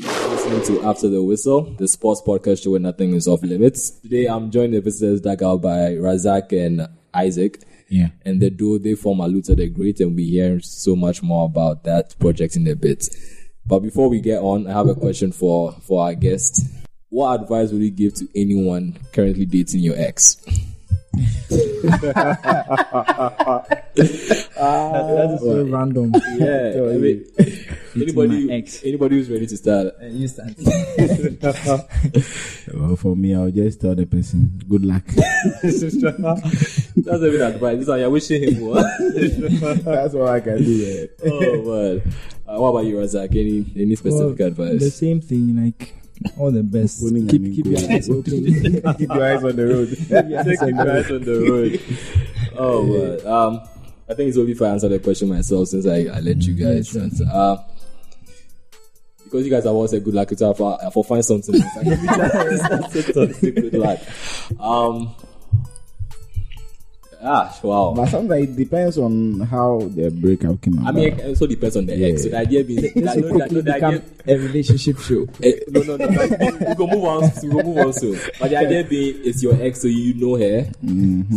Welcome to After the Whistle, the sports podcast show where nothing is off limits. Today I'm joined the visitors dug out by Razak and Isaac. Yeah. And the duo they form are Luther the Great, and we hear so much more about that project in a bit. But before we get on, I have a question for for our guest. What advice would you give to anyone currently dating your ex? that is so random. Yeah, I mean, anybody, my ex. anybody who's ready to start. You start. Well, for me, I'll just tell the person, good luck. That's a good advice. This one, you're wishing him well. That's all I can do. Yeah. oh man. Uh, what about you, Razak? Any any specific The advice? same thing, like all the best. Winning, I keep mean, keep good. your eyes open. Keep your eyes on the road. Taking guys on the road. Oh man. Um, I think it's only if I answer the question myself since I, I let you guys answer. Uh, because you guys have all said good luck, it's if I, if I find something. else, I can be that's it, that's it, good luck. Um. Ah, wow. But sometimes it depends on how the breakup came about. I mean, it also depends on the ex. So the idea being that, This no, will that, no, quickly the become idea, a relationship show. Eh, no, no, no. we go move on. We go move on soon. But the idea being, it's your ex, so you know her.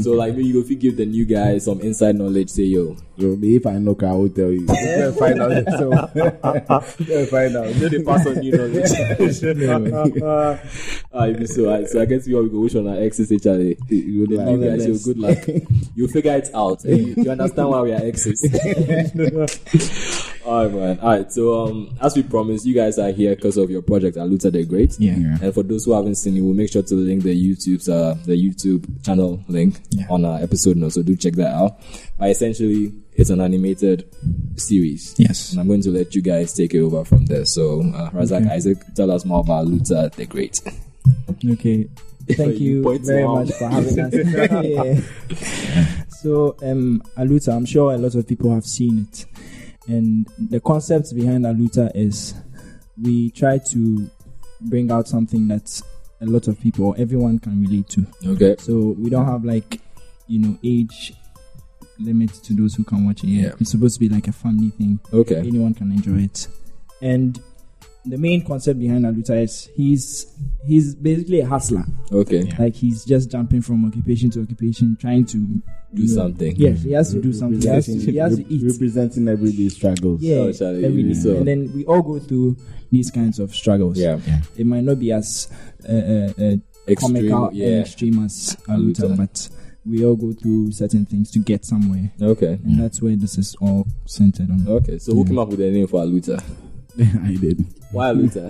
So like, maybe you go if you give the new guy some inside knowledge. Say, yo, So, if I knock, I will tell you. Go and find out yourself. Go and find out. Uh, you know they pass on new knowledge. Anyway, ah, if so, I, so I guess we all go wish on our exes each other. good The new luck. guys, yo, good luck. You figure it out. Eh, you, you understand why we are exes. all right, man. All right. So um, as we promised, you guys are here because of your project, Aluta the Great. Yeah. Yeah. And for those who haven't seen it, we'll make sure to link the YouTube's uh, the YouTube channel link Yeah. on our episode notes. So do check that out. But essentially, it's an animated series. Yes. And I'm going to let you guys take it over from there. So, uh, Razak Isaac, tell us more about Luther the Great. Okay. Thank You you point very to much for having us. Yeah. So, um, Aluta, I'm sure a lot of people have seen it. And the concept behind Aluta is we try to bring out something that a lot of people, everyone can relate to. Okay. So we don't have like, you know, age limit to those who can watch it. Yeah. It's supposed to be like a family thing. Okay. Anyone can enjoy it. And the main concept behind Aluta is he's he's basically a hustler. Okay. Like he's just jumping from occupation to occupation, trying to do Do something. Yes, he has to do something. He has to, he has to eat. Representing everyday struggles. Yeah, Oh, Charlie, every you day. saw. and then we all go through these kinds of struggles. Yeah. It might not be as uh, uh, uh, comical Extreme. and Yeah. extreme as Aluta. Aluta, but we all go through certain things to get somewhere. Okay. And that's where this is all centered on. Okay. So, who came up with the name for Aluta? I did. Why Aluta?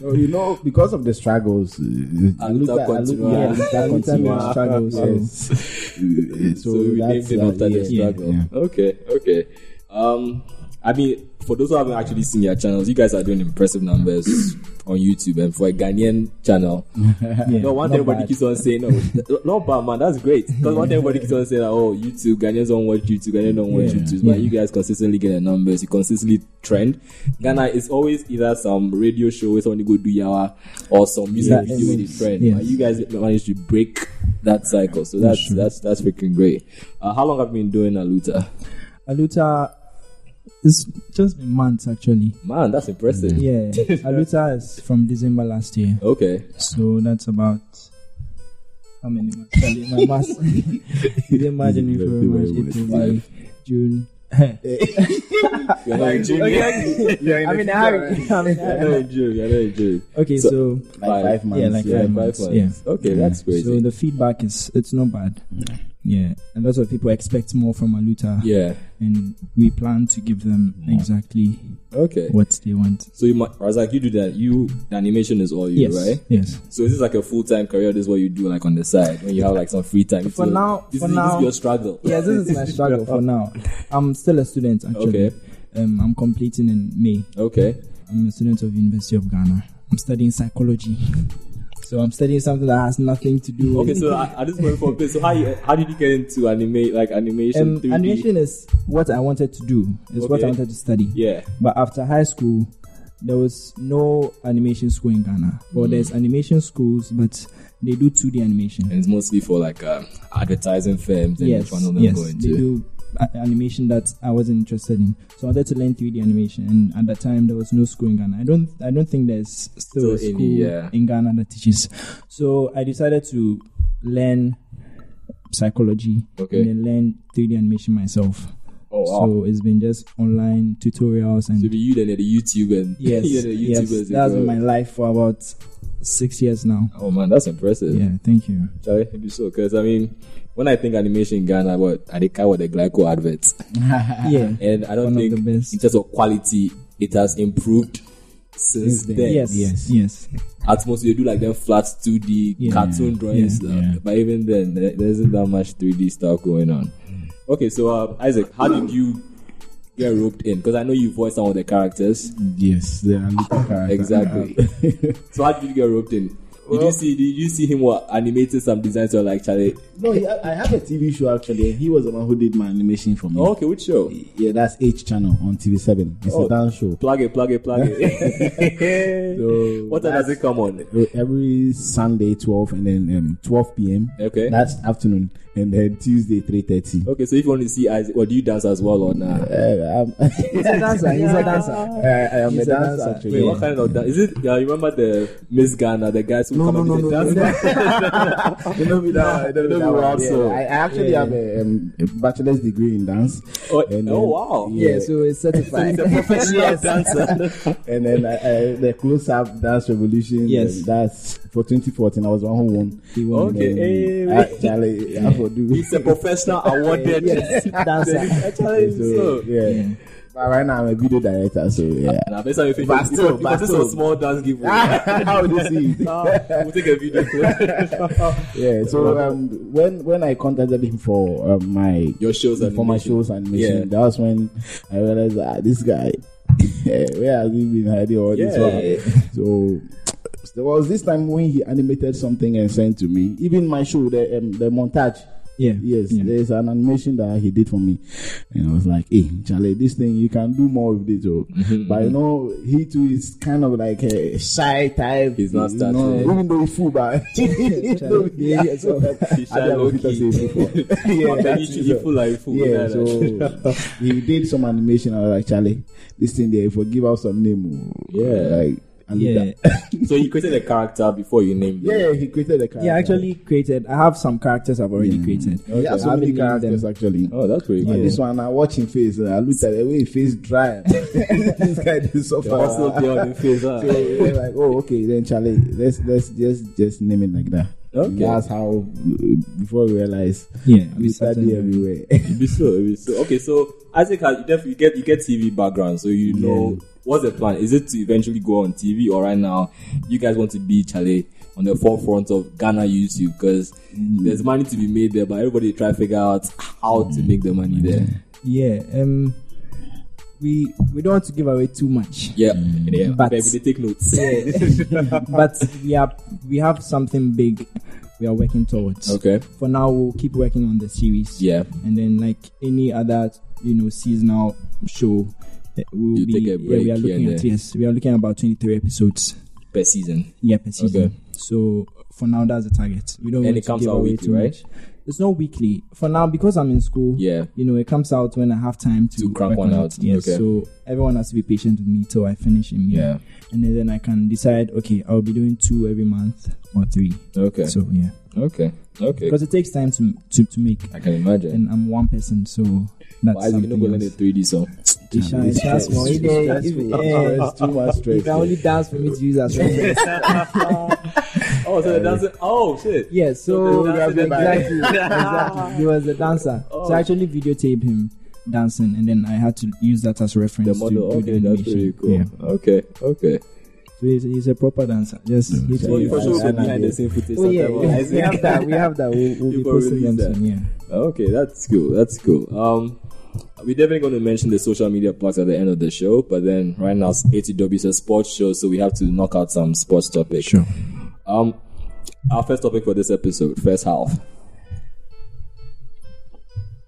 So, you know, because of the struggles, uh, Aluta continua. yeah, Aluta continua. struggles. Yes. Uh, so we named it after yeah, the struggle. yeah. Okay, okay. Um, I mean, for those who haven't actually seen your channels, you guys are doing impressive numbers on YouTube, and for a Ghanaian channel, no one not everybody bad. keeps on saying, "No, not bad, man. That's great." Because one everybody keeps on saying, "Oh, YouTube Ghanaians don't watch YouTube, Ghanaians don't watch Yeah, YouTube." But you guys consistently get the numbers. You consistently trend. Ghana is always either some radio show where somebody go do yawa or some music Yes. video with the trend. Yes. But you guys managed to break that cycle, so that's that's that's freaking great. Uh, how long have you been doing Aluta? Aluta, it's just been months actually. Man, that's impressive. Yeah, Aluta is from December last year, Okay, so that's about how many months? Charlie, My maths. December, January, February, March, April, May, June. you're not in June. I mean, I, I mean, You're not in June. You're not in June. okay, So- so Like five months. yeah, like Yeah, five five months. months. Yeah. Okay, that's crazy. So the feedback is it's not bad. Yeah, a lot of people expect more from Aluta, yeah. and we plan to give them exactly Okay. what they want. So you, mu- Razak, you do that. You the animation is all you, Yes, right? yes. So is this like a full time career? This is what you do like on the side when you have like some free time. For So now- this for is, this now- is your struggle. Yeah, this is my struggle for now. I'm still a student actually. Okay. Um, I'm completing in May. Okay. I'm a student of University of Ghana. I'm studying psychology, so I'm studying something that has nothing to do. Okay. with So at at this point, for so how you, how did you get into anime like animation? um, 3D? animation is what I wanted to do. It's what Okay. I wanted to study. Yeah. But after high school, there was no animation school in Ghana. Hmm. Well, there's animation schools, but they do 2D animation. And it's mostly for like um, advertising firms and yes, which one of them yes, going they to. do a- animation that I wasn't interested in. So I wanted to learn 3D animation, and at that time there was no school in Ghana. I don't I don't think there's still a Still any, school yeah. in Ghana that teaches. So I decided to learn psychology Okay. and then learn 3D animation myself. Oh wow. So it's been just online tutorials and So be you then you're the YouTube and yes, you're the yes, YouTubers. that's as well. been my life for about six years now. Oh man, that's impressive. Yeah, thank you. Charlie, it'd be so. Because I mean, when I think animation in Ghana, what I think I what the Glyco adverts, Yeah, and I don't One of think the best. in terms of quality it has improved since then. yes, yes, Yes. yes. At most they do like them flat 2D Yeah. cartoon drawings, Yeah. uh, Yeah. but even then there there isn't that much 3D stuff going on. Mm. Okay, so uh, Isaac, how did you get roped in? Because I know you voiced some of the characters. Mm. Yes, the Aluta character. Exactly. so how did you get roped in? did you see? Did you see him what animating some designs or like Charlie? No, he, I have a TV show actually. and He was the one who did my animation for me. Oh, okay, which show? Yeah, that's H channel on TV7. It's Oh. a dance show. Plug it, plug it, plug it. So what time does it come on? every Sunday 12 and then um, 12 p.m. Okay. That's afternoon and then Tuesday 3:30. Okay, so if you want to see Isaac, or do you dance as well or not? Uh, I'm, he's a dancer. He's a dancer. I am He's a a dancer, dancer. actually. Wait, what kind of dance? Is it? Yeah, you remember the Miss Ghana, the guys who come and do the dance? You know me that. You know me well, so- I I actually have a, um, a bachelor's degree in dance. Oh, And oh, then- wow! Yeah, so it's certified. He's a professional dancer. and then I, I, the close up dance revolution. Yes. um, that's for 2014. I was the one who won. won. Okay, And then, eh, uh, Charlie, I for do. He's a professional awarded dancer. Actually, so- So, yeah. But right now I'm a video director, so yeah. Nah, based on your face, But if- still, if- if but this is a still. small dance giveaway. How do you see it? we'll take a video clip. Yeah. So um, when when I contacted him for um, my Your shows and for my animation. shows animation, Yeah. that was when I realized ah, this guy, eh, where has he been hiding all this Yeah. while? So there was this time when he animated something and sent to me. Even my show, the um, the montage. Yeah. Yes, Yeah. there's an animation that he did for me, and I was like, "Hey, Charlie, this thing you can do more with it." Oh. Mm-hmm. But you know, he too is kind of like a shy type. He's not you starting. know, even though he's full, but you know, Yeah, yeah, so- He's shy, low-key. yeah, Then you that's should- you it. feel like fool. Yeah, Nah, nah. so he did some animation. I was like, Charlie, this thing there, if we give out some name, oh, Yeah. like, I need Yeah. that. So you created a character before you named him. yeah, he created a character. Yeah, I actually created. I have some characters I've already Yeah. created. he has so I haven't many named characters them. actually. Oh, that's pretty But cool. this one, I watch him face. uh, I looked at the way his face dry. this guy did so The hustle far. play on the face. huh? So we're like, oh, okay, then Charlie, let's let's just just name it like that. Okay. That's how uh, before we realize Yeah, we started- study everywhere. It'd be so. It'd be so. Okay, so Isaac, has- you definitely get you get TV background, so you know what's the plan. Is it to eventually go on TV, or right now you guys want to be Chale on the forefront of Ghana YouTube because Mm. there's money to be made there, but everybody try to figure out how to make the money there. Mm. Yeah. Um, we we don't want to give away too much, Yeah, yeah. Mm. But- Baby, they take notes. but we are we have something big. We are working towards. okay. For now, we'll keep working on the series. Yeah. and then like any other you know seasonal show eh, we'll You be take a break yeah, we are here looking and at there. yes we are looking at about 23 episodes Per season. yeah per season Okay. so for now that's the target we don't And want it to comes give out away weekly, too right? much. it's not weekly for now because i'm in school Yeah. you know it comes out when i have time to, To crank work one on it. out, yes okay. so everyone has to be patient with me till i finish in May. Yeah. and then, then i can decide okay i'll be doing two every month or three Okay. so yeah okay. Okay. because it takes time to to, to make I can imagine. and i'm one person so that's But Isaac, you something know, go learn else. the 3D song. Isha, It's Isha, stress. small. It's If they- stressful. if- It's eh, stress, too much you can stress. only dance for me to use as reference. Oh, so the dancer. Oh shit. Yeah, so So the dancer exactly, exactly. He was a dancer. Oh. So I actually videotaped him dancing, and then I had to use that as reference The to model. do the Okay, that's pretty animation. cool. Yeah. Okay. Okay. So he's, he's a proper dancer. Just need to Well, Mm. you use for that. sure will I be behind know. the same footage. Oh yeah, sometime, we Isaac. have that. We have that. We'll, we'll You be go posting them release that. soon. Yeah. Okay, that's cool. That's cool. Um, we're definitely going to mention the social media plugs at the end of the show, but then right now it's ATW is a sports show, so we have to knock out some sports topics. Sure. Um, our first topic for this episode, first half,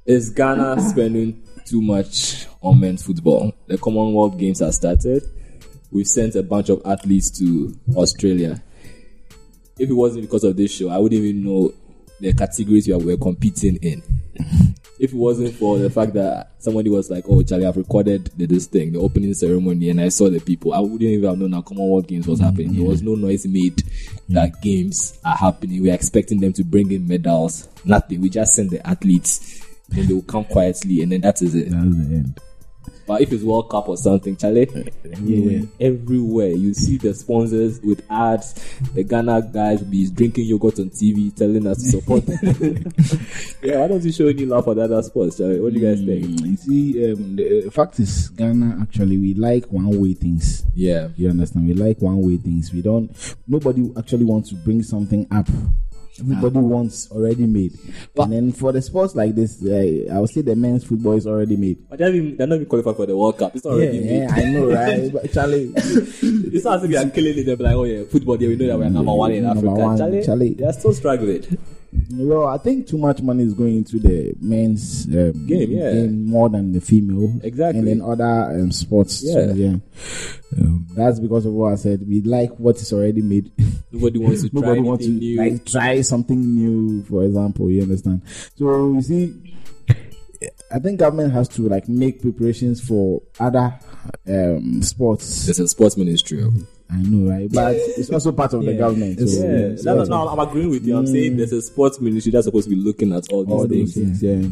is Ghana spending too much on men's football. The Commonwealth Games have started. We've sent a bunch of athletes to Australia. If it wasn't because of this show, I wouldn't even know the categories we are- we're competing in. If if it wasn't for the fact that somebody was like, "Oh, Charlie, I've recorded the, this thing, the opening ceremony," and I saw the people, I wouldn't even have known how Commonwealth Games was happening. There was no noise made that games are happening. We are expecting them to bring in medals. Nothing. We just send the athletes, then they will come quietly, and then that is it. That's the end. But if it's World Cup or something, Eh, Charlie, everywhere, everywhere you see the sponsors with ads. The Ghana guys will be drinking yogurt on TV, telling us to support. them. yeah, why don't you show any love for the other sports, Charlie? What do you guys think? You see, um, the uh, fact is, Ghana actually we like one way things. Yeah, You understand? We like one way things. We don't. Nobody actually wants to bring something up. Everybody wants already made. Ah. But- and then for the sports like this, uh, I would say the men's football is already made. but they're not even, they're not even qualified for the World Cup. It's not already made. Yeah, I know, right? But Charlie, It's not as if they are killing it. They're like, oh yeah, football. Yeah, we know that we're number one in Number Africa. one, Charlie, Charlie. they're still struggling. well, I think too much money is going into the men's um, Game, yeah. game more than the female, Exactly. and then other um, sports. So, Yeah. yeah. Um, that's because of what I said. We like what is already made. Nobody wants to try Nobody wants to anything new. like try something new, for example. You understand? So you see, I think government has to like make preparations for other um, sports. There's a sports ministry. oh. I know, right? But it's also part of the Yeah. government. So Yeah, it's no, no, part no, I'm agreeing with you. I'm saying there's a sports ministry that's supposed to be looking at all of these Mm. all things. those things, yeah.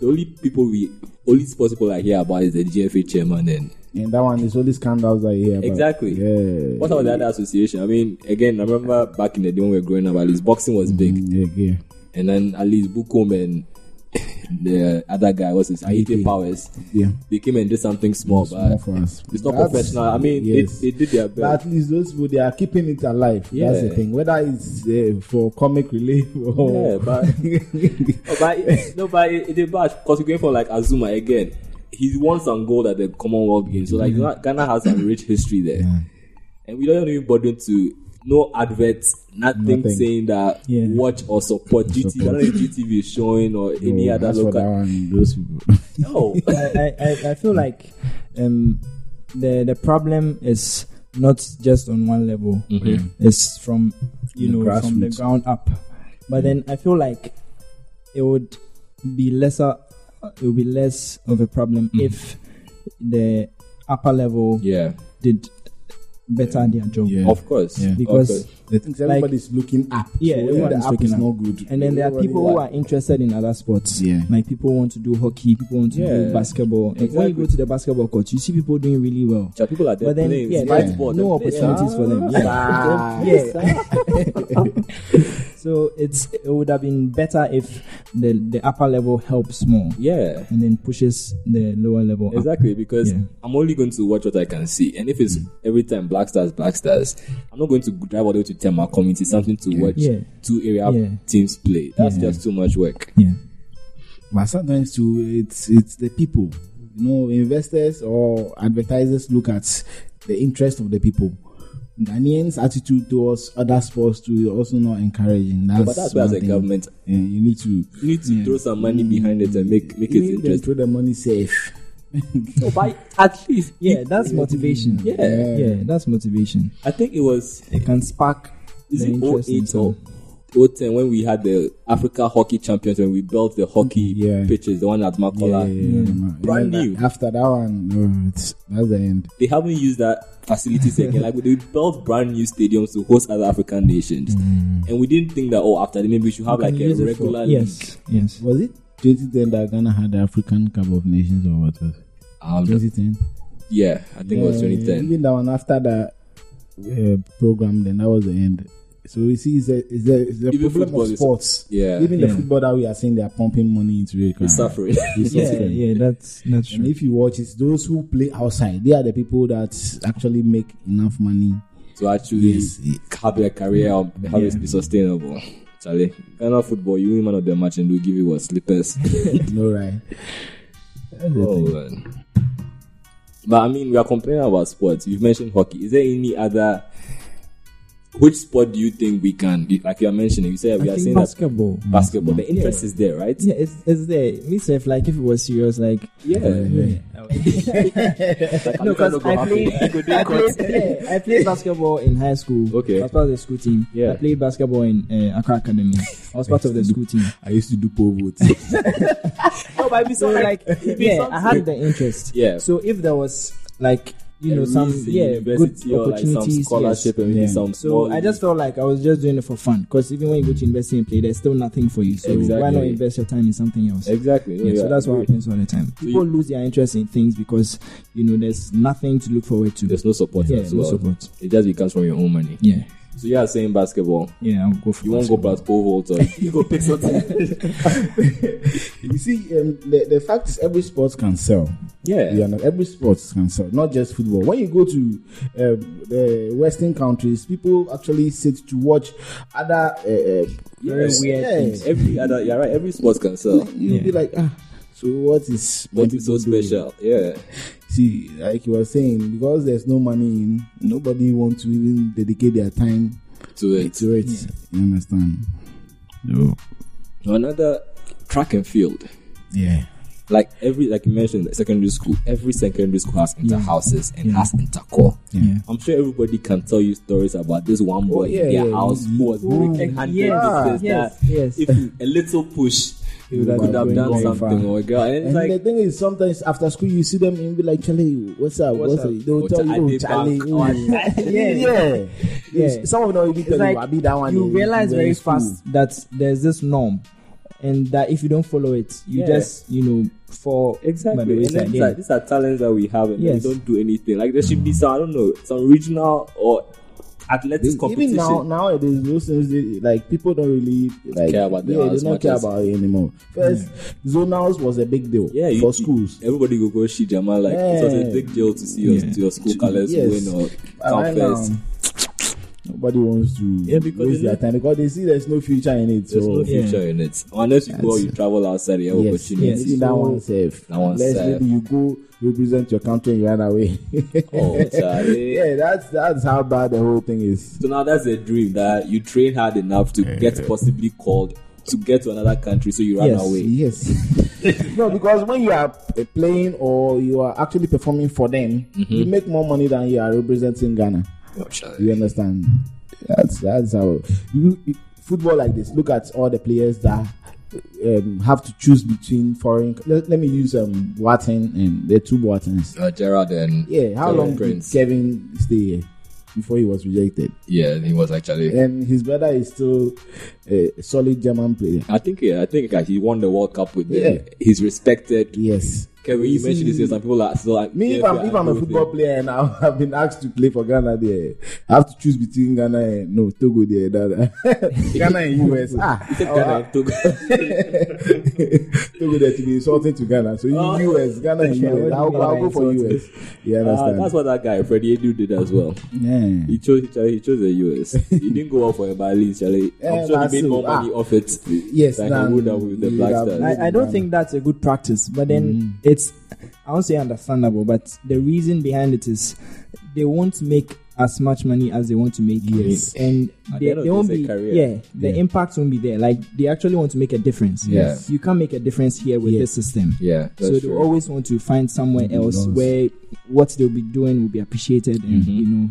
The only people we, only sports people I hear about is the GFA chairman. And And that one is only scandals I hear. About. Exactly. Yeah. what about the other association? I mean, again, I remember back in the day when we were growing up, at least boxing was Mm-hmm. big, Mm, Yeah, yeah. and then at least Bukom and the other guy was his Haiti Powers. yeah. They came and did something small, Small but for us. Oh, it's not That's- professional. I mean, yes. they, they did their best. But at least those people they are keeping it alive. That's the Yeah. thing. Whether it's uh, for comic relief yeah, or but Oh, but it, no, but it, it did bad because we're going for like Azuma again. He won some gold at the Commonwealth Games, so like you know, Ghana has a rich history there, and we don't even bother to no adverts, nothing, Nothing. saying that Yeah. watch or support GTV. I don't know if GTV is showing or any Oh, other as for that local. one, those people. No, I, I, I feel like um, the the problem is not just on one level. It's from you Mm-hmm. The know from the grassroots. ground up. But then I feel like it would be lesser. It would be less of a problem Mm-hmm. if the upper level yeah, did better their job. Yeah. of course, Yeah. Of Because course. The things everybody's looking up. Yeah, so when everyone the is app looking is up. not good. And then there are Everybody- people who are interested in other sports. Yeah. Like people want to do hockey, people want to Yeah. do basketball. And when you Exactly. go to the basketball court, you see people doing really well. There are people are there But then, playing yeah, white yeah, ball, no they're playing- opportunities for them. Yeah. Ah, Yeah. so it's it would have been better if the the upper level helps more yeah. and then pushes the lower level. up. Exactly, because Yeah. I'm only going to watch what I can see. And if it's Mm. every time Black Stars, Black Stars, I'm not going to drive all the way to Tema Community, something to watch Yeah. two area Yeah. teams play. That's just too much work. Yeah. But sometimes too, it's it's the people. You know, investors or advertisers look at the interest of the people. Ghanaians' attitude towards other sports too is also not encouraging. That's But that's why, as one a thing. government, Yeah, you need to you need to throw some money behind it and make, make you it need to interesting. throw the money safe. No, but at least, Yeah, that's motivation. yeah. Yeah, that's motivation. I think it was It can spark is the it interest in 08 or some- 010 when we had the Africa Hockey Champions when we built the hockey Yeah. pitches, the one at Yeah, yeah, Makola. yeah, yeah. Brand Yeah, new. After that one, no, it's, that's the end. they haven't used that facilities again. Like they built brand new stadiums to host other African nations, and we didn't think that oh, after that maybe we should have like can a Mm. use it for- regular league. Yes. Yes. Was it 2010 that Ghana had the African Cup of Nations or what was it? Um, 2010? yeah, I think it was 2010. Mm. Even that one after that uh, program, then that was the end. So you see, it's a, it's a, it's a Even problem football of is- sports. yeah. Even the Yeah. football that we are saying, they are pumping money into it. It's suffering. It's Yeah, suffering. yeah, that's that's And true. if you watch, it's those who play outside. They are the people that actually make enough money. to actually Yes. have a career or have it be sustainable. Charlie, Ghana football, you win man of the match and we'll give you what slippers. no right. oh, man. But I mean, we are complaining about sports. You've mentioned hockey. Is there any other Which sport do you think we can? Like you are mentioning, you said we I are think saying that basketball. basketball. The interest is there, right? Mm. Yeah, it's, it's there. Me self, like if it was serious, like Yeah. Like, no, you cannot because go I halfway. played, You could do I, cuts. played yeah, I played basketball in high school. Okay. I was part of the school team. Yeah. I played basketball in uh, Accra Academy. I was part of the school team. I used to do poll votes. Oh, No, but so like, yeah, I had the interest. Yeah. So if there was like you know At some least the yeah good university or like opportunities, some scholarship yes. and maybe some So small I just felt like I was just doing it for fun because even when you go to university and play, there's still nothing for you. So why not Exactly. invest your time in something else? exactly. No, Yeah, yeah, so that's what agreed. happens all the time. you- People lose their interest in things because you know there's nothing to look forward to. There's no support yeah, as no well. support. It just becomes from your own money. Yeah, So you are saying basketball. yeah. I'll go for You won't go basketball. past pole vault or you go pick something. You see, um, the, the fact is every sport can sell. Yeah. You know, every sport can sell, not just football. When you go to um, the Western countries, people actually sit to watch other. Uh, uh, Very Yes. weird things. Every other, you're right. Every sport can sell. You'll be like, ah, so what is What is so people doing?" special? Yeah. See, like you were saying, because there's no money in, nobody wants to even dedicate their time To it. to it. You understand? No. Another track and field. Yeah. Like every, like you mentioned, secondary school. Every secondary school has inter houses and has intercore. Yeah. I'm sure everybody can tell you stories about this one boy yeah, in their Oh, yeah. Oh, house who was breaking handles. Yes, yes, yes, yes. If a little push, he would have, Wow, going done very something. Or a girl, and it's And like the thing is, sometimes after school, you see them and be like, Charlie, what's up? What's, What's up? up? They'll Oh, tell Charlie, you, they oh, Charlie. back. oh." yeah. yeah. Yeah. Some of them will be It's telling like you, I'll be that one. you in- realize when very in school." fast that there's this norm, and that if you don't follow it, you Yeah. just you know fall Exactly. By the And then wayside, these, yeah. are, these are talents that we have and Yes. we don't do anything. Like there should be some I don't know, some regional or athletics competition. Even now, nowadays, those things they, like people don't really like Care about them yeah, they as don't much care as- about it anymore. First, zonals was a big deal yeah, you- for schools. Everybody go go Shijama like it was a Yeah. big deal to see your, to your school colors Yes. win or And come right first. now, um, nobody wants to because waste they their time because they see there's no future in it. There's so no future in it. Unless you go or you travel outside Oh, you have yes, yes, opportunities. even that one safe. That one Unless safe. maybe you go represent your country and you run away. Oh, Charlie. yeah, that's that's how bad the whole thing is. So now that's a dream that you train hard enough to get possibly called to get to another country so you run Yes. away. Yes. no, because when you are uh, playing or you are actually performing for them, Mm-hmm. you make more money than you are representing Ghana. Oh, You understand? That's that's how you, you- football like this. Look at all the players that um, have to choose between foreign. Let, let me use um Boateng and the two Boatengs. Uh, Gerard and Yeah, how Kevin long Prince. did Kevin stay here before he was rejected? yeah, he was actually And his brother is still a solid German player. I think yeah, I think uh, he won the World Cup with them. Yeah. He's respected. Yes. Kevin, you mentioned this. here, Some people are still like Me, yeah, if I'm, yeah, if I'm a I football know player and I- I've been asked to play for Ghana, there, I have to choose between Ghana and no Togo. There, that, Ghana and US. Ah, they- Ghana took- Togo there to be insulting to Ghana. So US, Ghana and US. Oh. I'll, go- I'll go for Ah, US. You Uh, understand? that's what that guy Freddie Edu did as well. yeah. He chose he chose the US. he didn't go out for a Bali, Charlie. I'm sure Yeah, he that's made more true. Ah. money off it Yes, than than he would have with the he Black would have- Stars. I, I don't think that's a good practice, but then Mm. it's I won't say understandable, but the reason behind it is they won't make as much money as they want to make, Yes. and At the they, end of they the won't day, be. it's a career. Yeah, the impact won't be there. Like they actually want to make a difference. Yes. you can't make a difference here with Yeah. this system. yeah, so they always want to find somewhere else where what they'll be doing will be appreciated, and you know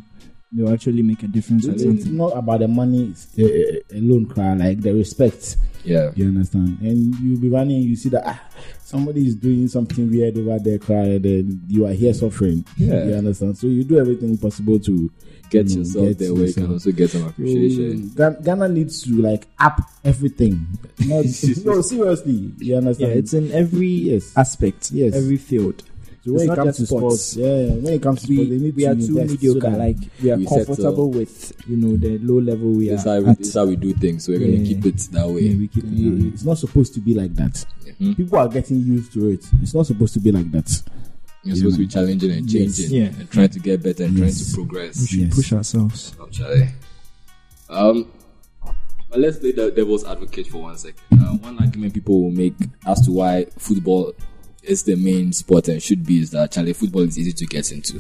they'll actually make a difference. or It's something. not about the money it's, uh, uh, alone, cry like the respect. yeah. You understand? And you'll be running, you see that ah, somebody is doing something weird over there, cry, then you are here suffering. Yeah. You understand? So you do everything possible to Get you know, yourself Mm, get there where you can yourself. also get some appreciation. Mm, Ghan- Ghana needs to like up everything. No, no, seriously, you Yeah, understand? it's in every Yes. aspect, Yes. every field. so when it's it not comes just to sports, sports. yeah, yeah, when it comes to we, sports, they need we to are too invest so mediocre. that- like we are we settle. comfortable with you know the low level we This is are how we, at. this is how we do things. We're going to Yeah. keep it that way. yeah, we keep it down. Yeah, it's not supposed to be like that. Mhm. People are getting used to it. It's not supposed to be like that. You're supposed to be challenging and Yes. changing Yeah. and trying to get better and Yes. trying to progress. We should Yes. push ourselves. Oh, Charlie. Um, but let's play the devil's advocate for one second. Uh, one argument people will make as to why football is Hmm. the main sport and should be is that Charlie football is easy to get into.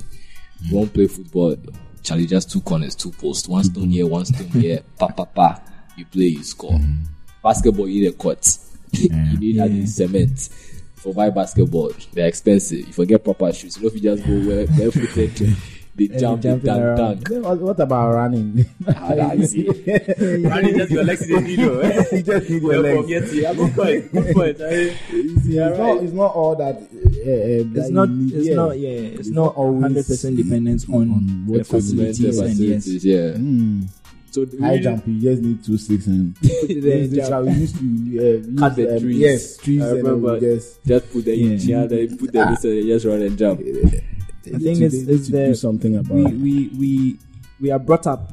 You won't play football. Charlie, just two corners, two posts, one stone here, one stone here, pa pa pa. You play, you score. Hmm. Basketball, you need a court. you need at least cement. For why basketball, they're expensive. You forget proper shoes. You know if you just go where barefooted, they jump, they jumping dunk, around. dunk. Then What, what about running? Ah, that is it. Running just your legs in the middle. you just need your Well, legs. eh? forget it. Ah, Good point. Good point. eh? I- It's, it's not, it's not all that. Uh, uh, It's that not. you need. It's Yeah. not. Yeah. It's, It's not not always hundred percent dependent on, on the what Implemented facilities and yes. facilities, yeah. Mm. So High really- jump, you just need two sticks and Then That's how we used to uh, Cut use, the um, trees. Yes, trees. I and then we remember. just Just put the inch Yeah. yeah. then put the this and just run and jump. I think it's- it's to the- do something about. we, it. we we we are brought up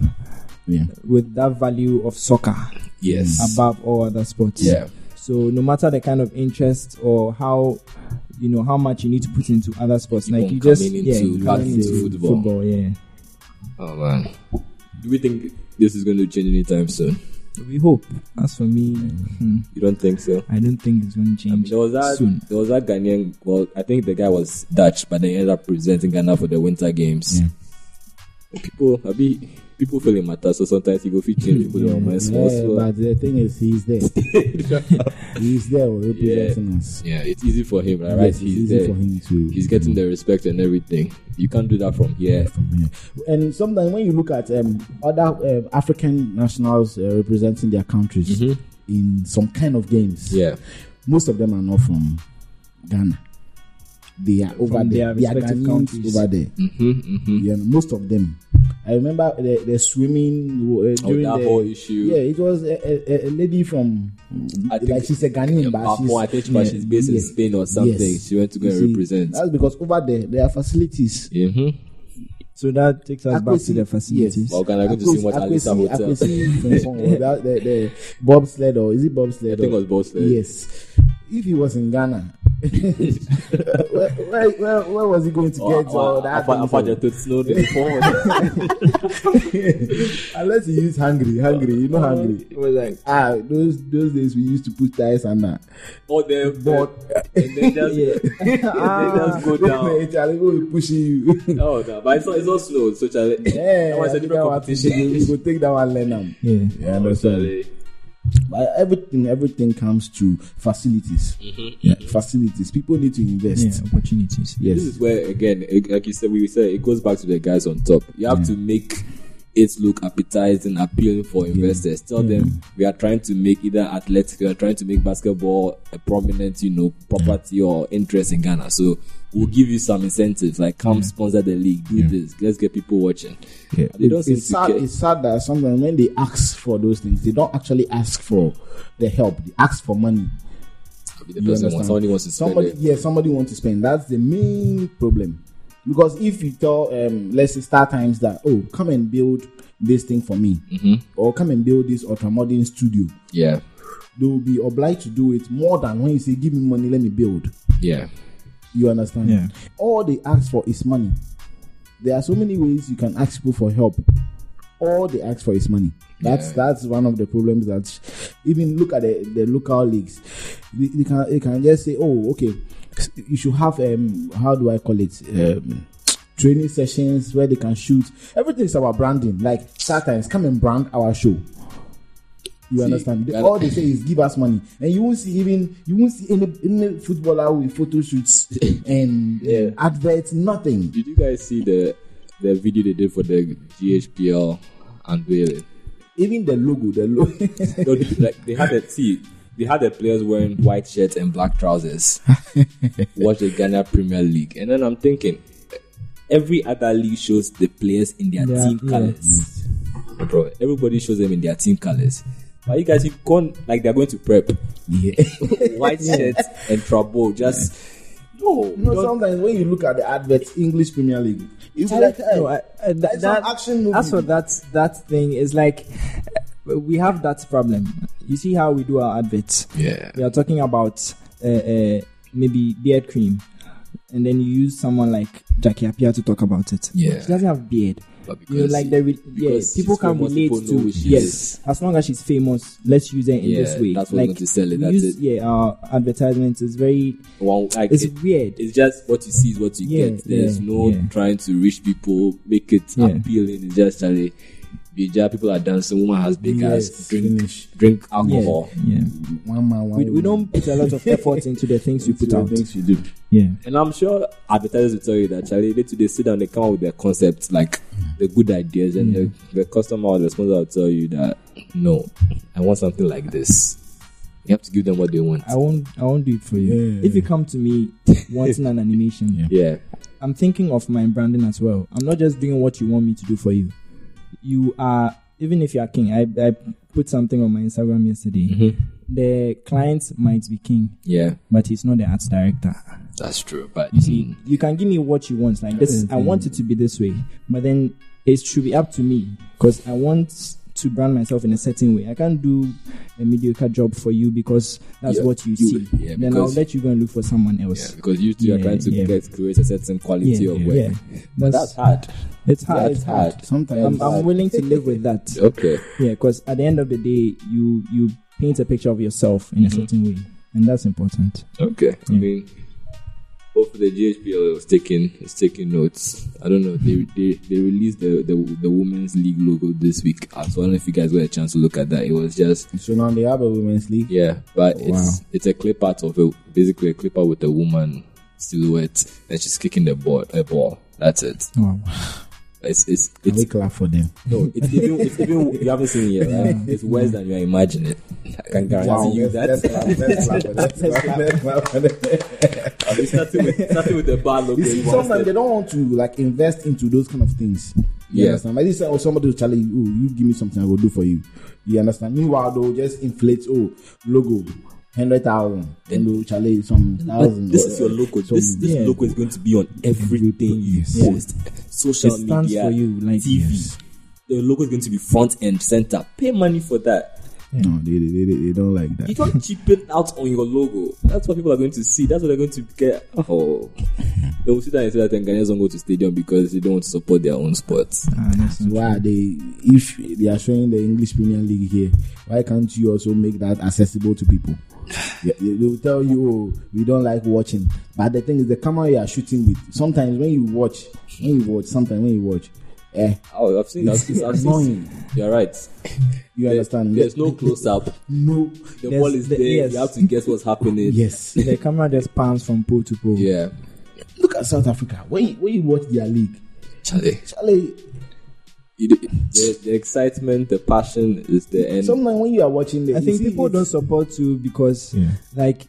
yeah. with that value of soccer Yes. above all other sports. Yeah. So no matter the kind of interest or how you know how much you need to put into other sports, Keep like on you just coming yeah, into- you back come into football. Yeah, Oh man. Do we think this is going to change anytime soon? we hope. As for me, hmm, You don't think so? I don't think it's going to Mm. I mean, change there was that Um, soon. there was that Ghanaian. Well, I think the guy was Dutch, but they ended up presenting Ghana for the Winter Games. Yeah. People, I be people feeling matter. So sometimes you go fit change people yeah. mind small. Yeah, so- but the thing is, he's there. he's there representing us. yeah, it's easy for him, right? right? Yes, it's He's easy there. for him to. He's getting the respect and everything. You can't do that from here. Yeah. And sometimes when you look at um, other um, African nationals uh, representing their countries in some kind of games, Mm-hmm. Yeah, most of them are not from Ghana. They are over there. their They are respective Ghanaians countries. over there. Mm-hmm. Yeah, most of them. I remember the, the swimming uh, oh, during that the whole issue. Yeah, it was a, a, a lady from I think- like she's a Ghanaian, but she's, Papua, I think, but she's based in yeah. Spain or something. Yes. She went to go You and see, represent. That's because over there there are facilities. Mm-hmm. So that takes us back to Accuracy, the yes. facilities. Well, can I go to see what Alisa Akwesi- Hotel? Akwesi from somewhere, that- the, the bobsled or is it bobsled? I think it or- was both. Yes. If he was in Ghana, where, where, where, where was he going to Or, get all or, that? Apa- Apa thing from? Jatuh Snow did before. Unless he used hungry, hungry, you know, Uh-huh. hungry. It was like Ah, those those days we used to put tires under. Or the But Ah. and then just yeah. and then just go down. Charlie will push you. Oh, no, but it's not, it's not slow. So Charlie, Yeah, that was a different competition. You go take that one, Lenam. yeah. Yeah, Oh, that's all. Charlie. But everything, everything comes to facilities. Mm-hmm, Yeah, facilities. People need to yeah, invest. opportunities. This Yes. is where again, it- like you said, we said it goes back to the guys on top. You have to make it look appetizing, appealing for investors. Tell them we are trying to make either athletics, we are trying to make basketball a prominent, you know, property or interest in Ghana. So we'll give you some incentives, like come sponsor the league, do this, let's get people watching. Yeah. They don't It's, seem it's to sad. care. It's sad that sometimes when they ask for those things, they don't actually ask for the help. They ask for money. The You person understand? wants, somebody wants to spend somebody it. yeah somebody want to spend that's the main problem because if you tell um let's say star times that oh come and build this thing for me Mm-hmm. or come and build this ultramodern studio Yeah, they will be obliged to do it more than when you say give me money let me build yeah. you understand Yeah. all they ask for is money there are so many ways you can ask people for help all they ask for is money that's Yeah. that's one of the problems that even look at the, the local leagues they, they can they can just say oh okay you should have um how do i call it um training sessions where they can shoot everything is about branding like sometimes come and brand our show you See, understand They- I- all they say is give us money and you won't see even you won't see any, any footballer with photo shoots and Yeah. uh, adverts nothing Did you guys see the the video they did for the GHPL unveiling? even the logo the logo No, dude, like they had a see, they had the players wearing white shirts and black trousers. Watch the Ghana Premier League, and then I'm thinking, every other league shows the players in their Yeah, team yeah. colors, bro. Everybody shows them in their team colors. But you guys, you gone like they're going to prep yeah white shirts and trouble. Just no, You know, don't- sometimes when you look at the adverts, English Premier League, it's like, eh, no, I, I, that, it's an that, action movie. As for that that thing, is like uh, we have that problem. You see how we do our adverts. yeah, We are talking about uh, uh, maybe beard cream, and then you use someone like Jackie Appiah to talk about it. Yeah. she doesn't have beard. but because you know, like the re- yeah, because people she's can famous, relate people know to who she yes. is. As long as she's famous, let's use her in Yeah, this way. that's what we like want to sell it, we that's use, it. Yeah, our advertisement is very one like it's it- weird. it's just what you see is what you Yeah, get. There's yeah, no yeah. trying to reach people, make it Yeah. appealing. It's just like Bija, people are dancing, woman has big ass, Yes, drink finish. drink alcohol. yeah. One man, one We, we woman. don't put a lot of effort into the things we Two put out. things you do. Yeah. And I'm sure advertisers will tell you that Charlie they too they sit down, they come up with their concepts, like the good ideas, and Mm. the, the customer or the sponsor will tell you that no, I want something like this. You have to give them what they want. I won't I won't do it for you. Yeah. If you come to me wanting an animation, Yeah. yeah. I'm thinking of my branding as well. I'm not just doing what you want me to do for you. You are even if you are king. I, I put something on my Instagram yesterday. Mm-hmm. The client might be king, Yeah. but he's not the arts director. That's true. But See, you can give me what you want. Like this, I want it to be this way, but then it should be up to me because I want to brand myself in a certain way. I can't do a mediocre job for you because that's Yeah, what you, you- see. yeah, then I'll because- let you go and look for someone yeah, else. because you two are Yeah, trying to yeah. get create a certain quality of work. But that's That's, hard. it's hard. That's it's hard. hard. Sometimes I'm, I'm Right. willing to live with that. Okay. Yeah, because at the end of the day, you you paint a picture of yourself in a certain way, and that's important. Okay. I mean, hopefully the GHPL is taking is taking notes. I don't know. They they, they released the, the the women's league logo this week. Uh, So I don't know if you guys got a chance to look at that. It was just So now they have a women's league. yeah, but it's it's a clip out of a basically a clip out with a woman silhouette and she's kicking the ball. A ball. That's it. Oh, Wow. It's it's Can it's we clap for them? no. It's even it's even you haven't seen it yet. Right? It's worse than you are imagining. I can guarantee you that. Let's clap, let's clap, let's clap, let's clap for them. It's starting with starting with the bad logo. You see, you sometimes want they to- don't want to like invest into those kind of things. You Yeah. understand? Like this, or somebody will tell you, "Oh, you give me something, I will do for you." You understand? Meanwhile, they'll just inflate. Oh, logo, hundred thousand, and they'll challenge some thousand. But this is your logo. This, this yeah. logo is going to be on everything you Yes. post, social It stands media, for you, like- TV. The logo is going to be front and center. Pay money for that. No, they, they, they, they don't like You that. can't cheapen out on your logo. That's what people are going to see. That's what they're going to get. Oh, they will sit down and say that Ghanaians don't go to stadium because they don't want to support their own sports. Why they if they are showing the English Premier League here, why can't you also make that accessible to people? Yeah, they they will tell you, oh, we don't like watching. But the thing is, the camera you are shooting with. Sometimes when you watch, when you watch, sometimes when you watch, eh, Oh, I've seen. I've It's seen. I've annoying. seen. You're right. you There- understand? There's no close up. no. The There's- ball is the- there. yes. You have to guess what's happening. Yes. the camera just pans from pole to pole. Yeah. Look at South Africa. When you, when you watch their league, Charlie. Charlie, You do- the, the excitement, the passion is the end. sometimes when you are watching, the, I you think see people it- don't support you because Yeah. like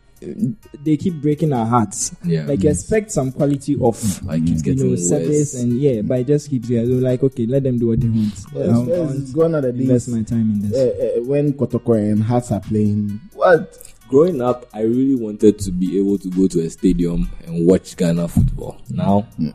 they keep breaking our hearts. Yeah. Like expect some quality of Like it's you getting know worse. service and yeah, but it just keeps getting like okay, let them do what they want. Yes, I'll- yes, I'll gone are the invest days. my time in this. uh, uh, when Kotoko and Hearts are playing, what? Growing up, I really wanted to be able to go to a stadium and watch Ghana football. Now, Mm.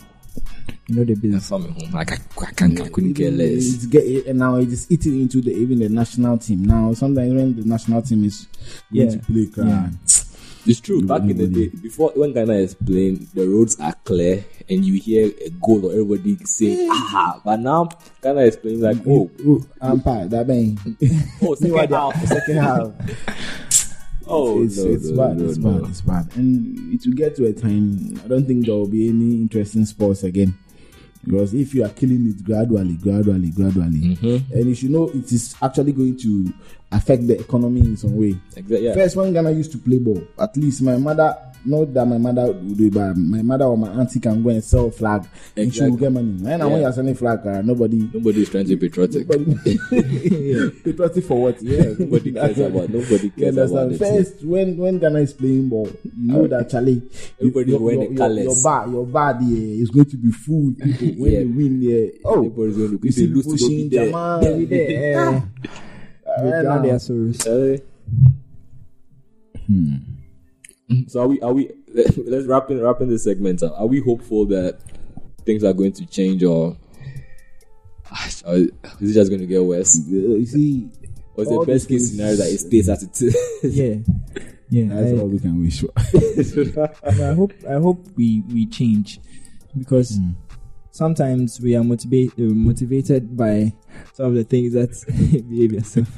You know the business. that's not my home. Like, I, I, can't, I couldn't care less. It's get, and now it is eating into the even the national team. Now sometimes when the national team is going Yeah. to play, crowd, It's Mm-hmm. true. Back in the day, before when Ghana is playing, the roads are clear and you hear a goal or everybody saying, aha. But now, Ghana is playing like, oh, oh, Ampa, that bang. oh, second half. Second half, Oh, it's, no, it's no, bad, no, it's no. bad, it's bad. And it will get to a time. I don't think there will be any interesting sports again. Because if you are killing it gradually, gradually, gradually, Mm-hmm. and you should know it is actually going to affect the economy in some way. Exa- yeah. First, when Ghana used to play ball, at least my mother, not that my mother would do it, but my mother or my auntie can go and sell flag and she will Exactly. get money. And now when Yeah. you're selling flag, uh, nobody. Nobody is trying to be patriotic. Patriotic for what? Yeah, Nobody cares about Nobody You cares about understand? it. Uh, First, when when Ghana is playing ball, you know that Charlie, Everybody your, wearing your, the your, colours. your bar, your bar there is going to be full. with People when Yeah. they win, there, oh, Everybody's going to look- you if they see lose people to singing be there. Jamal, Every day, eh, Ah. they right drown now. their sorrows. Eh? Hmm. So are we? Are we? Let's wrap in wrapping this segment up. Are we hopeful that things are going to change, or or is it just going to get worse? You see, Or is the All best these case things- scenario that it stays as it is? Yeah. Yeah. that's I- all we can wish for. I hope I hope we we change because sometimes we are motivate, uh, motivated by some of the things that behave yourself.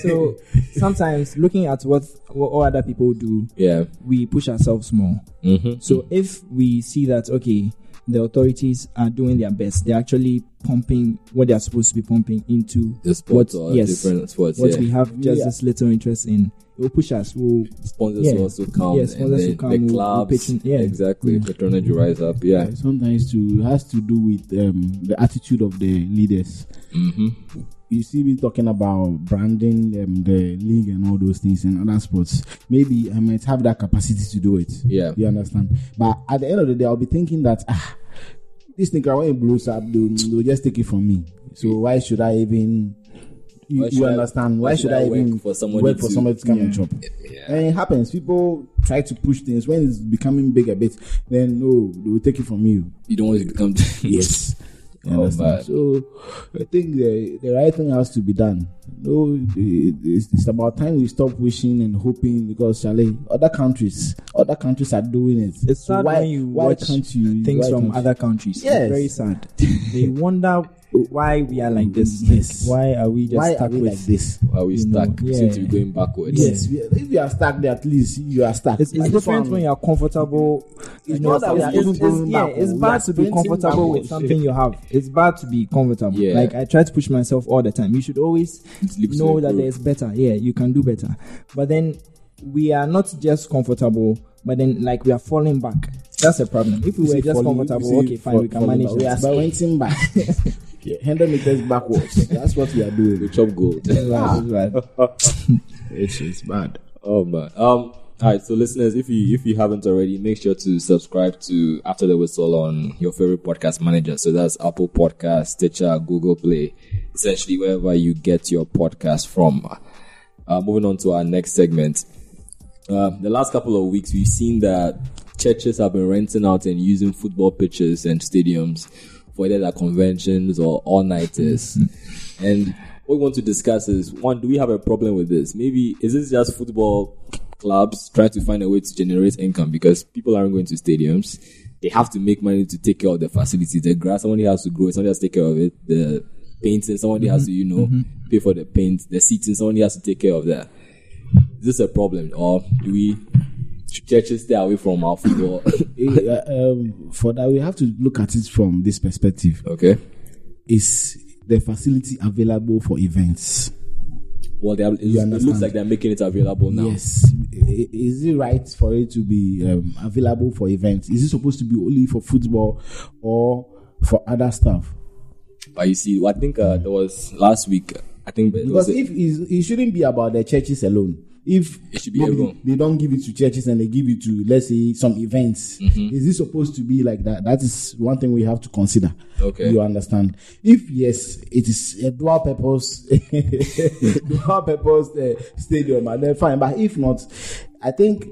so sometimes looking at what, what all other people do, Yeah. we push ourselves more. Mm-hmm. So if we see that okay, the authorities are doing their best, they're actually pumping what they're supposed to be pumping into the sports what- or yes, different sports. what yeah. we have just Yeah. this little interest in. It will push us. We'll sponsors Yeah. will also come. Yes, and sponsors then will come, The we'll- we'll clubs, pitch in- yeah. Mm. exactly. Yeah. Patronage will rise up. Yeah. Sometimes too it has to do with um, the attitude of the leaders. Mm-hmm. You see me talking about branding um, the league and all those things and other sports. Maybe I might have that capacity to do it. Yeah. You understand? But at the end of the day, I'll be thinking that ah, this nigga when it blows up, they'll, they'll just take it from me. So why should I even? You, Why you should I- understand? Why, should, I, work even for somebody wait for to- somebody to come and chop? Yeah. And it happens. People try to push things when it's becoming big a bit. Then no, they will take it from you. You don't want to become. Yes. You Oh, understand? man. So I think the, the right thing has to be done. No, it- it's, it's about time we stop wishing and hoping because Charlie, other countries, other countries are doing it. It's So sad why when you why watch can't you things why from can't you- other countries. Yes. It's very sad. they wonder why we are like this. Yes. Why are we just why are stuck we with like this? Are we You know, stuck? yeah. Seem to be going backwards. Yes, we- if you are stuck there, at least you are stuck. It's, it's Like this different one, when you are comfortable. You It's know, not that we are it's, even it's- going yeah, back, it's we are bad to be sprinting comfortable with backwards. something you have. It's bad to be comfortable. Yeah. Like I try to push myself all the time. You should always lips know to that improve. there's better. Yeah, you can do better. But then we are not just comfortable, but then like we are falling back. That's a problem. If we you were say just falling- comfortable, you say okay, fine, we can falling manage back. We are that. sprinting back, hundred meters backwards. That's what we are We doing. chop gold. That's right. It's, it's bad. Oh man. Um. All right, so listeners, if you if you haven't already, make sure to subscribe to After the Whistle on your favorite podcast manager. So that's Apple Podcast, Stitcher, Google Play, essentially wherever you get your podcast from. Uh, moving on to our next segment. Uh, the last couple of weeks, we've seen that churches have been renting out and using football pitches and stadiums for either their conventions or all nighters. and what we want to discuss is one, do we have a problem with this? Maybe is this just football clubs trying to find a way to generate income because people aren't going to stadiums? They have to make money to take care of the facility, the grass, somebody has to grow it, somebody has to take care of it, the painting, somebody has to, you know, pay for the paint, the seating, somebody has to take care of that is this a problem or do we should churches stay away from our football Uh, um, for that, we have to look at it from this perspective. okay is the facility available for events? well they are, it, it looks understand. like they're making it available now Yes. I- Is it right for it to be um, available for events? Is it supposed to be only for football or for other stuff? but you see i think uh, there was last week i think there was Because a- if it's- it shouldn't be about the churches alone. If It should be nobody- everyone. they don't give it to churches and they give it to let's say some events, is it supposed to be like that? That is one thing we have to consider. Okay. you understand? If yes, it is a dual purpose, dual purpose uh, stadium, and then fine. But if not, I think.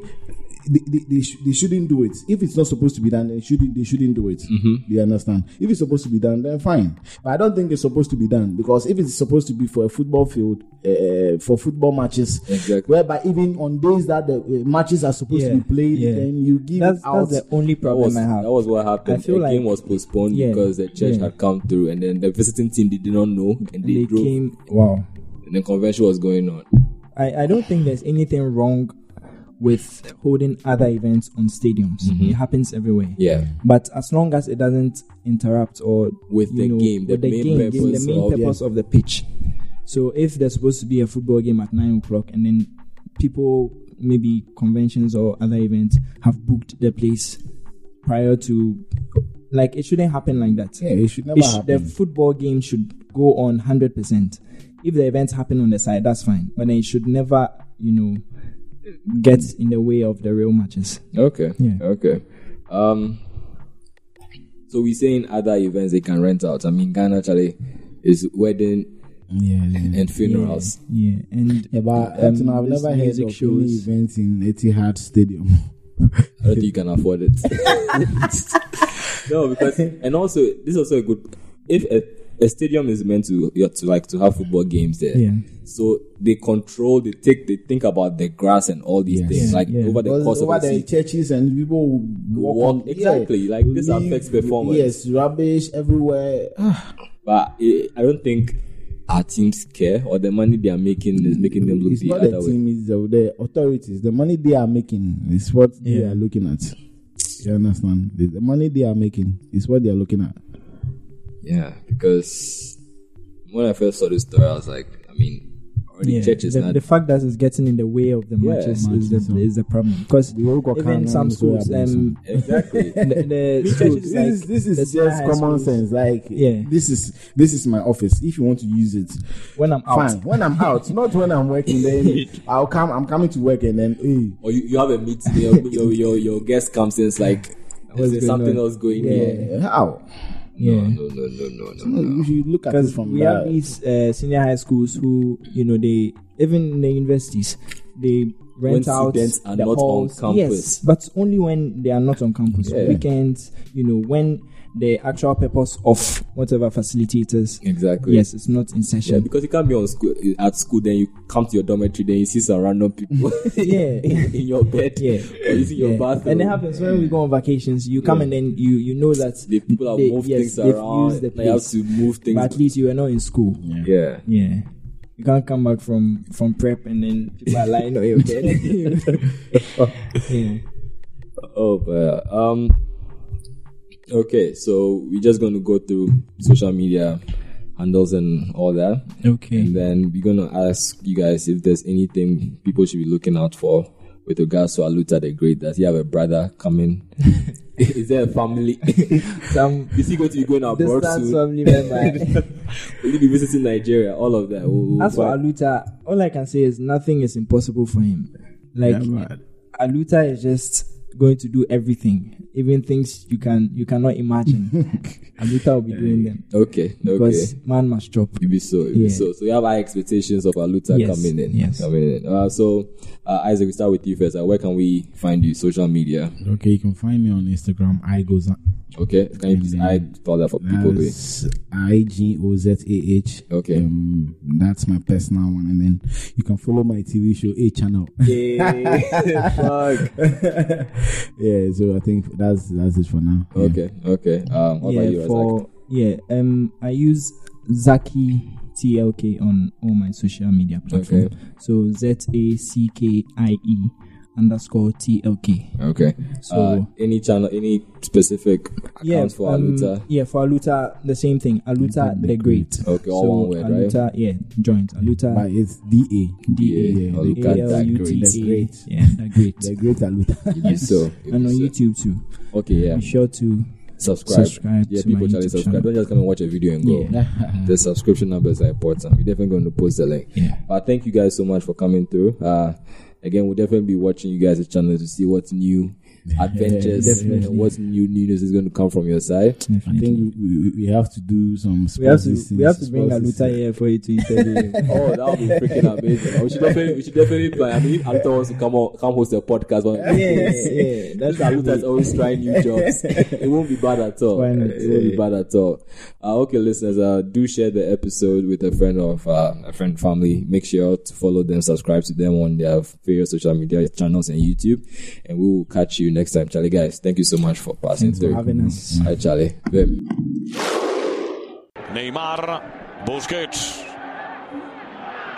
They, they, they, sh- they shouldn't do it if it's not supposed to be done. They shouldn't. They shouldn't do it. You understand? If it's supposed to be done, then fine. But I don't think it's supposed to be done because if it's supposed to be for a football field, uh, for football matches, Exactly. whereby even on days that the uh, matches are supposed to Yeah, be played, yeah. then you give That's, it out. that's the only that problem was, I have. that was what happened. I feel the game like- was postponed Yeah. because the church Yeah. had come through, and then the visiting team they did not know, and they, they drove, came. Wow. and the convention was going on. I, I don't think there's anything wrong with holding other events on stadiums. It happens everywhere. Yeah, But as long as it doesn't interrupt or With you the know, game, the with the main game, the purpose main of- purpose of the pitch. So if there's supposed to be a football game at nine o'clock and then people maybe conventions or other events have booked the place prior to like it shouldn't happen like that. yeah, it should never It sh- the happen. football game should go on hundred percent. If the events happen on the side, that's fine. But then it should never, you know, get in the way of the real matches. Okay. Yeah. Okay. Um. So we're saying other events they can rent out. I mean, Ghana actually is wedding yeah, yeah. and funerals. Yeah, and Yeah, but um, until now, Uh, I've this never heard music of any shows. event in Etihad Stadium. I don't think you can afford it. no, because and also this is also a good if a a stadium is meant to you have to like to have football games there. Yeah. So they control, they take, they think about the grass and all these things. Yeah, Like yeah. over the Because course over of the, the season. churches and people will walk, Walk- on- exactly, like, this Leave- affects performance. Yes, rubbish everywhere. Ah, But I, I don't think our teams care or the money they are making is making them look it's the not the other way. team, it's the, the authorities. The money they are making is what they Yeah. are looking at. You understand? The, the money they are making is what they are looking at. Yeah, because when I first saw this story, I was like, I mean, already Yeah, church is the, not. the fact that it's getting in the way of the Yeah, matches is, matches, the, so. is the problem because We all got even Canon, some so schools, yeah, um, exactly. the, the Which schools, is- This is like, this is the senior just high common schools, sense. Like Yeah. this is this is my office. If you want to use it, When I'm out, fine. When I'm out, not when I'm working, then I'll come. I'm coming to work, and then hey, or you, you have a meeting, your, your, your, your guest comes in, it's like, there's What's going something on? else going on. yeah, how? yeah. No, no, no, no, no, no. You should look at it because from we that. have these uh, senior high schools who you know they even in the universities they rent When out students are the not on halls. campus. Yes, but only when they are not on campus. Yeah. Weekends, you know, when the actual purpose of whatever facility it is. Exactly. Yes, it's not in Yeah, session. because you can't be on school at school, then you come to your dormitory, then you see some random people Yeah. in, in your bed Yeah. or using your Yeah. bathroom. And it happens when we go on vacations. You come and then you you know that The people have they- moved yes, things they've around. used the they have place. to move things. but at least you were not in school. yeah. Yeah. You can't come back from from prep and then people are lying on your bed. yeah. Oh, but um, okay. So we're just going to go through social media handles and all that, Okay. and then we're going to ask you guys if there's anything people should be looking out for. With regards to Aluta the Great, does he have a brother coming? Is there a family? Some Is he going to be going abroad distance soon? family member. Will you be visiting Nigeria? All of that. We'll- we'll As for find- Aluta, all I can say is nothing is impossible for him. Like Aluta is just going to do everything, even things you can you cannot imagine. Aluta will be doing them okay, okay. because man must drop. You be so, you be Yeah. so. So you have high expectations of Aluta Yes, coming in. yes. Coming in. Uh, so uh, Isaac, we start with you first. Uh, where can we find you? Social media. Okay, you can find me on Instagram. I goes Okay. Can you please Mm-hmm. Mm. I spell that for people? please? I G O Z A H. Okay. um, that's my personal one, and then you can follow my TV show A Channel. Fuck. yeah, so I think that's that's it for now. Yeah. Okay. Okay. Um, what Mm. yeah, about you, Isaac? for yeah. Um, I use Zaki TLK on all my social media platforms. Okay. So Z A C K I E underscore TLK. Okay. So uh, So- any channel, any specific accounts for um, Aluta? Yeah, for Aluta, the same thing. Aluta the, Great. Okay, all so one word, right? Aluta, yeah, joint. But Aluta it's D A. D yeah, A Oh, Aluta the A L U T Great. A. The Great. Yeah, the Great. The great Aluta. You be so. you and be on so. YouTube too. Okay. Yeah. Be sure to Subscribe. Mm. subscribe Yeah, to people, my Charlie, YouTube subscribe. channel. Don't just come and watch a video and go. the subscription numbers are important. We're definitely going to post the link. Yeah. But thank you guys so much for coming through. Uh, again, we'll definitely be watching you guys' channel to see what new adventures definitely. and what new newness is going to come from your side. I think we, we, we have to do some. we have to sports we have to bring things, Aluta here for you to interview. Oh, that would be freaking amazing. We should definitely, we should definitely plan. I mean, if Aluta wants to come on, come host a podcast, one yes, yeah, That's that's Aluta is always trying new jobs. It won't be bad at all. Why not? It won't be bad at all. Uh, okay, listeners, uh, do share the episode with a friend of uh, a friend family. Make sure to follow them, subscribe to them on their various social media channels and YouTube. And we will catch you next time, Charlie. Guys, thank you so much for passing Thanks for through. having us. Hi, Charlie. Babe. Neymar, Busquets.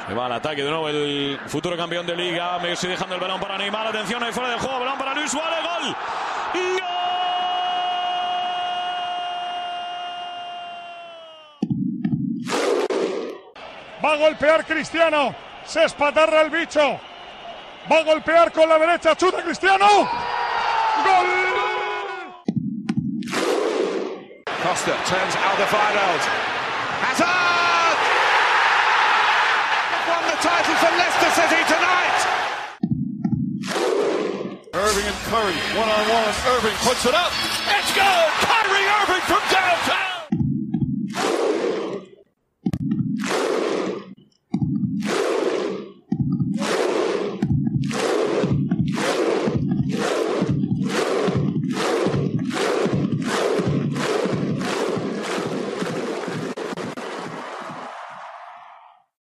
Se va al ataque de nuevo el futuro campeón de liga. Messi dejando el balón para Neymar. Atención, ahí fuera del juego. Balón para Luis Suárez. Gol. ¡Gol! Va a golpear Cristiano. Se espatarra el bicho. Va a golpear con la derecha. Chuta Cristiano. Gol. Costa turns Alderweireld. Hazard! They've won the title for Leicester City tonight! Irving and Curry. One on one. Irving puts it up. It's good. Kyrie Irving from downtown.